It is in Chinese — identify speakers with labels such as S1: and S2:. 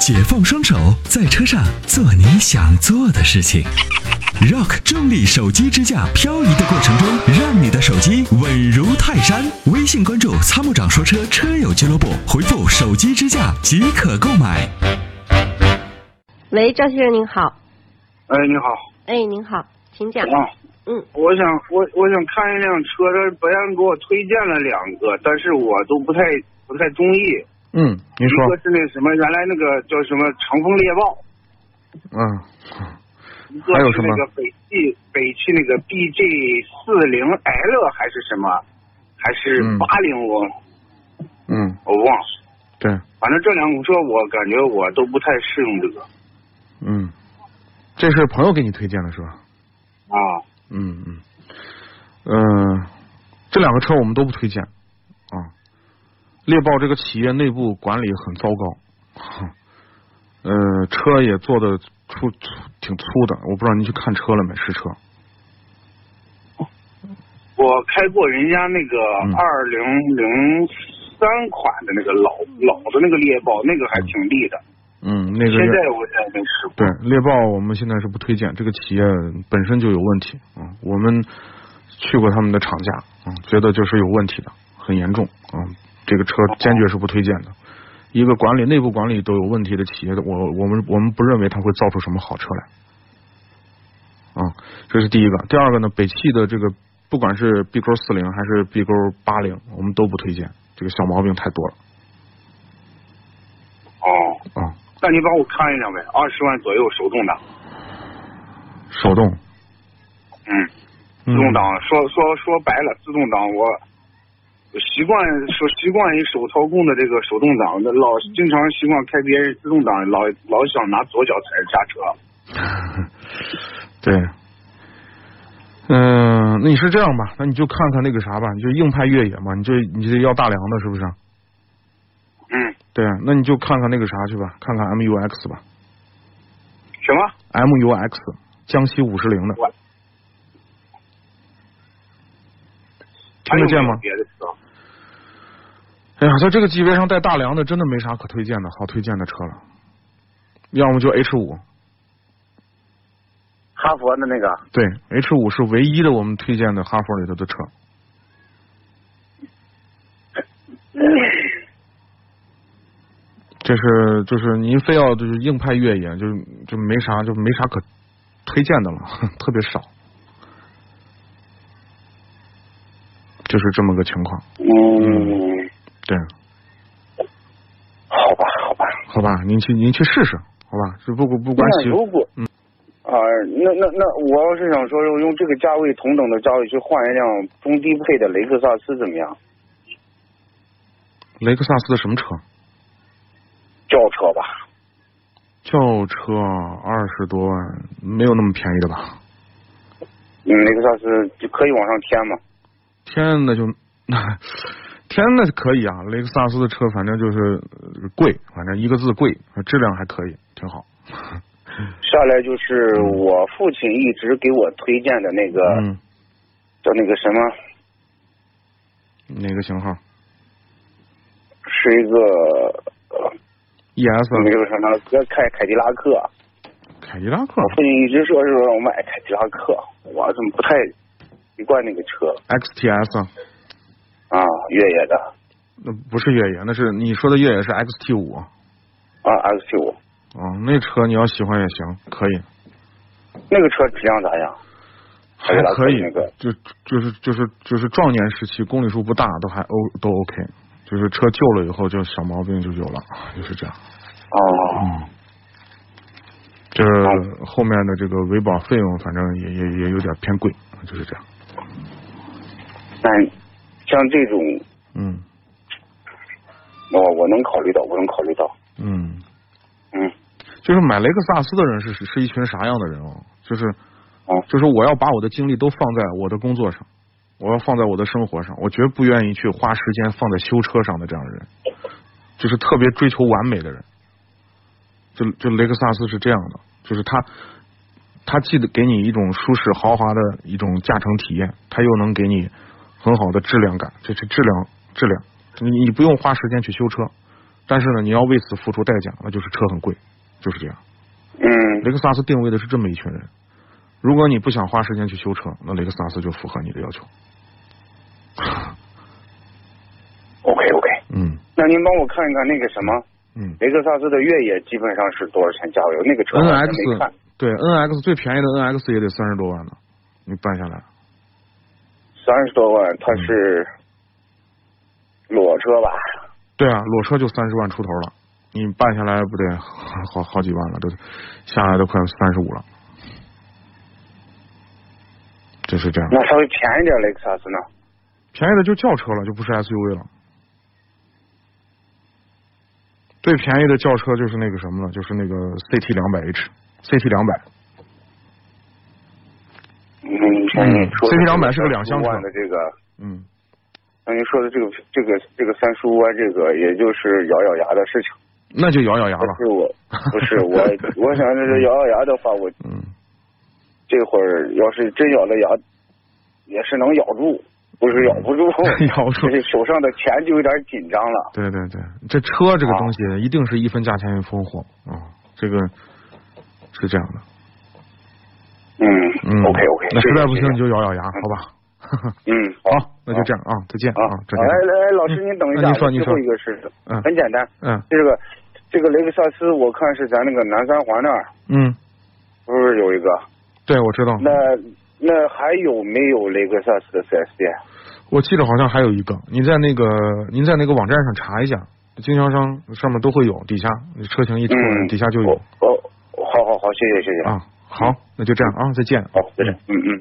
S1: 解放双手，在车上做你想做的事情。Rock 重力手机支架漂移的过程中，让你的手机稳如泰山。微信关注“参谋长说车”车友俱乐部，回复“手机支架”即可购买。
S2: 喂，赵先生您好。
S3: 哎，你好，
S2: 哎，您好，请讲。
S3: 啊，
S2: 嗯，
S3: 我想我我想看一辆车，这别人给我推荐了两个，但是我都不太不太中意。
S4: 嗯，您
S3: 一
S4: 说
S3: 个，是那什么，原来那个叫什么乘风猎豹，
S4: 嗯，
S3: 一个
S4: 还有
S3: 是
S4: 什么
S3: 那个北汽北汽那个 BJ 四零 L 还是什么，还是
S4: 嗯
S3: 八零我
S4: 嗯，
S3: 我忘了，
S4: 对，
S3: 反正这两款车我感觉我都不太适用这个
S4: 嗯，这是朋友给你推荐的是吧？
S3: 啊。
S4: 嗯嗯，嗯、这两个车我们都不推荐啊。猎豹这个企业内部管理很糟糕， 哼呃，车也做的粗粗挺粗的，我不知道您去看车了没？试车，
S3: 我开过人家那个
S4: 嗯
S3: 二零零三款的那个老老的那个猎豹，那个还挺利的。
S4: 嗯，那个
S3: 现
S4: 猎
S3: 在我才没试过
S4: 对猎豹我们现在是不推荐，这个企业本身就有问题啊、嗯我们去过他们的厂家啊、嗯觉得就是有问题的，很严重啊、嗯这个车坚决是不推荐的。一个管理内部管理都有问题的企业，我我们我们不认为它会造出什么好车来。啊、这是第一个。第二个呢，北汽的这个不管是 B 勾四零还是 B 勾八零，我们都不推荐，这个小毛病太多了
S3: 哦。
S4: 啊、
S3: 那你帮我看一辆呗，二十万左右手动挡，
S4: 手动，
S3: 嗯，
S4: 嗯
S3: 自动挡，说说说白了，自动挡我我习惯说习惯于手操控的这个手动挡，那老经常习惯开别人自动挡，老老想拿左脚踩着刹车。
S4: 对，嗯、那你是这样吧？那你就看看那个啥吧，你就硬派越野嘛，你就你这要大梁的，是不是？
S3: 嗯，
S4: 对，那你就看看那个啥去吧，看看 MUX 吧
S3: 什么？
S4: ，MUX 江西五十铃的，
S3: 我
S4: 听得见
S3: 还有没
S4: 吗
S3: 有别的车，
S4: 哎呀，在这个级别上带大梁的，真的没啥可推荐的，好推荐的车了。要么就 H 五，
S3: 哈佛的那个
S4: 对，H 五是唯一的我们推荐的哈佛里头的车。这是就是您非要就是硬派越野，就是就没啥就没啥可推荐的了， 特别少，就是这么个情况。
S3: 嗯，
S4: 对，
S3: 好吧，好吧。
S4: 好吧，您去您去试试，好吧，这不不管
S3: 那
S4: 喜
S3: 如果
S4: 嗯
S3: 啊、那那那我要是想说用这个价位同等的价位去换一辆中低配的雷克萨斯怎么样？
S4: 雷克萨斯的什么车？
S3: 轿车吧。
S4: 轿车二十多万，没有那么便宜的吧？
S3: 嗯，雷克萨斯就可以往上添嘛。
S4: 天呐，就 天呐可以啊，雷克萨斯的车反正就是呃贵，反正一个字贵，质量还可以，挺好。
S3: 下来就是我父亲一直给我推荐的那个、
S4: 嗯，
S3: 叫那个什么，
S4: 哪个型号
S3: 是一个呃
S4: 嗯 E
S3: 嗯那个
S4: ？ES
S3: 叫什么哥开凯迪拉克。
S4: 啊凯迪拉克
S3: 我父亲一直说是让我买凯迪拉克，我怎么不太习惯那个车
S4: XTS，
S3: 啊？越野的
S4: 那不是越野，那是你说的越野是 XT 五啊、哦
S3: 啊，X 五
S4: 那车你要喜欢也行，可以，
S3: 那个车质量咋样？凯迪
S4: 还
S3: 拉克
S4: 可以
S3: 那个，
S4: 就就是就是就是壮年时期公里数不大，都还 O 都 OK，就是车旧了以后就小毛病就有了，就是这样。
S3: 哦，
S4: 嗯，这后面的这个维保费用，反正也也也有点偏贵，就是这样。
S3: 那像这种
S4: 嗯
S3: 我我能考虑到，我能考虑到，
S4: 嗯，
S3: 嗯，
S4: 就是买雷克萨斯的人是是是一群啥样的人哦？就是
S3: 哦，
S4: 就是我要把我的精力都放在我的工作上，我要放在我的生活上，我绝不愿意去花时间放在修车上的这样的人，就是特别追求完美的人。就就雷克萨斯是这样的，就是它它既得给你一种舒适豪华的一种驾乘体验，它又能给你很好的质量感，这是质量质量，你你不用花时间去修车，但是呢，你要为此付出代价，那就是车很贵，就是这样。
S3: 嗯
S4: 雷克萨斯定位的是这么一群人，如果你不想花时间去修车，那雷克萨斯就符合你的要求。
S3: ，OK OK，
S4: 嗯
S3: 那您帮我看一看那个什么
S4: 嗯
S3: 雷克萨斯的越野基本上是多少钱价位？那个车我还没看
S4: ，NX，对 NX 最便宜的 NX 也得三十多万呢，你办下来。
S3: 三十多万，它是裸车吧？
S4: 对啊，裸车就三十万出头了，你办下来不得好好好几万了，都下来都快三十五了，就是这样。
S3: 那稍微便宜点雷克萨斯呢？
S4: 便宜的就轿车了，就不是 SUV 了。最便宜的轿车就是那个什么了，就是那个 CT 两百 H，CT 两百，
S3: 嗯，你看你
S4: 嗯
S3: 说的
S4: CT
S3: 这
S4: 200是个两厢车
S3: 35万的这个，
S4: 嗯，
S3: 那您说的这个这个这个三十五万，这个也就是咬咬牙的事情。
S4: 那就咬咬牙
S3: 不
S4: 了，
S3: 是我， 不是我，我想着是咬咬牙的话，我
S4: 啊嗯，
S3: 这会儿要是真咬了牙，也是能咬住，不是咬不住，
S4: 咬不住
S3: 就是手上的钱就有点紧张了。
S4: 对对对，这车这个东西一定是一分价钱一分货啊、这个是这样的，
S3: 嗯
S4: 嗯
S3: ，OK OK，
S4: 那实在不行你
S3: 就
S4: 就咬咬牙，好吧，
S3: 嗯，
S4: 嗯好，那就这样啊，再见
S3: 啊
S4: 啊，再见
S3: 哎，来来，老师
S4: 嗯
S3: 您等一
S4: 那
S3: 下，啊
S4: 您说
S3: 我
S4: 您
S3: 最
S4: 说
S3: 后一个是
S4: 嗯
S3: 很简单，
S4: 嗯
S3: 这个这个雷克萨斯，我看是咱那个南三环那儿
S4: 嗯，
S3: 不是有一个？
S4: 对，我知道，
S3: 那那还有没有雷克萨斯的 4S 店？
S4: 我记得好像还有一个，您在那个您在那个网站上查一下，经销商上面都会有，底下车型一出来，
S3: 嗯，
S4: 底下就有
S3: 哦。哦，好好好，谢谢谢谢，
S4: 啊。好，那就这样啊，再见。
S3: 好，再见，嗯嗯。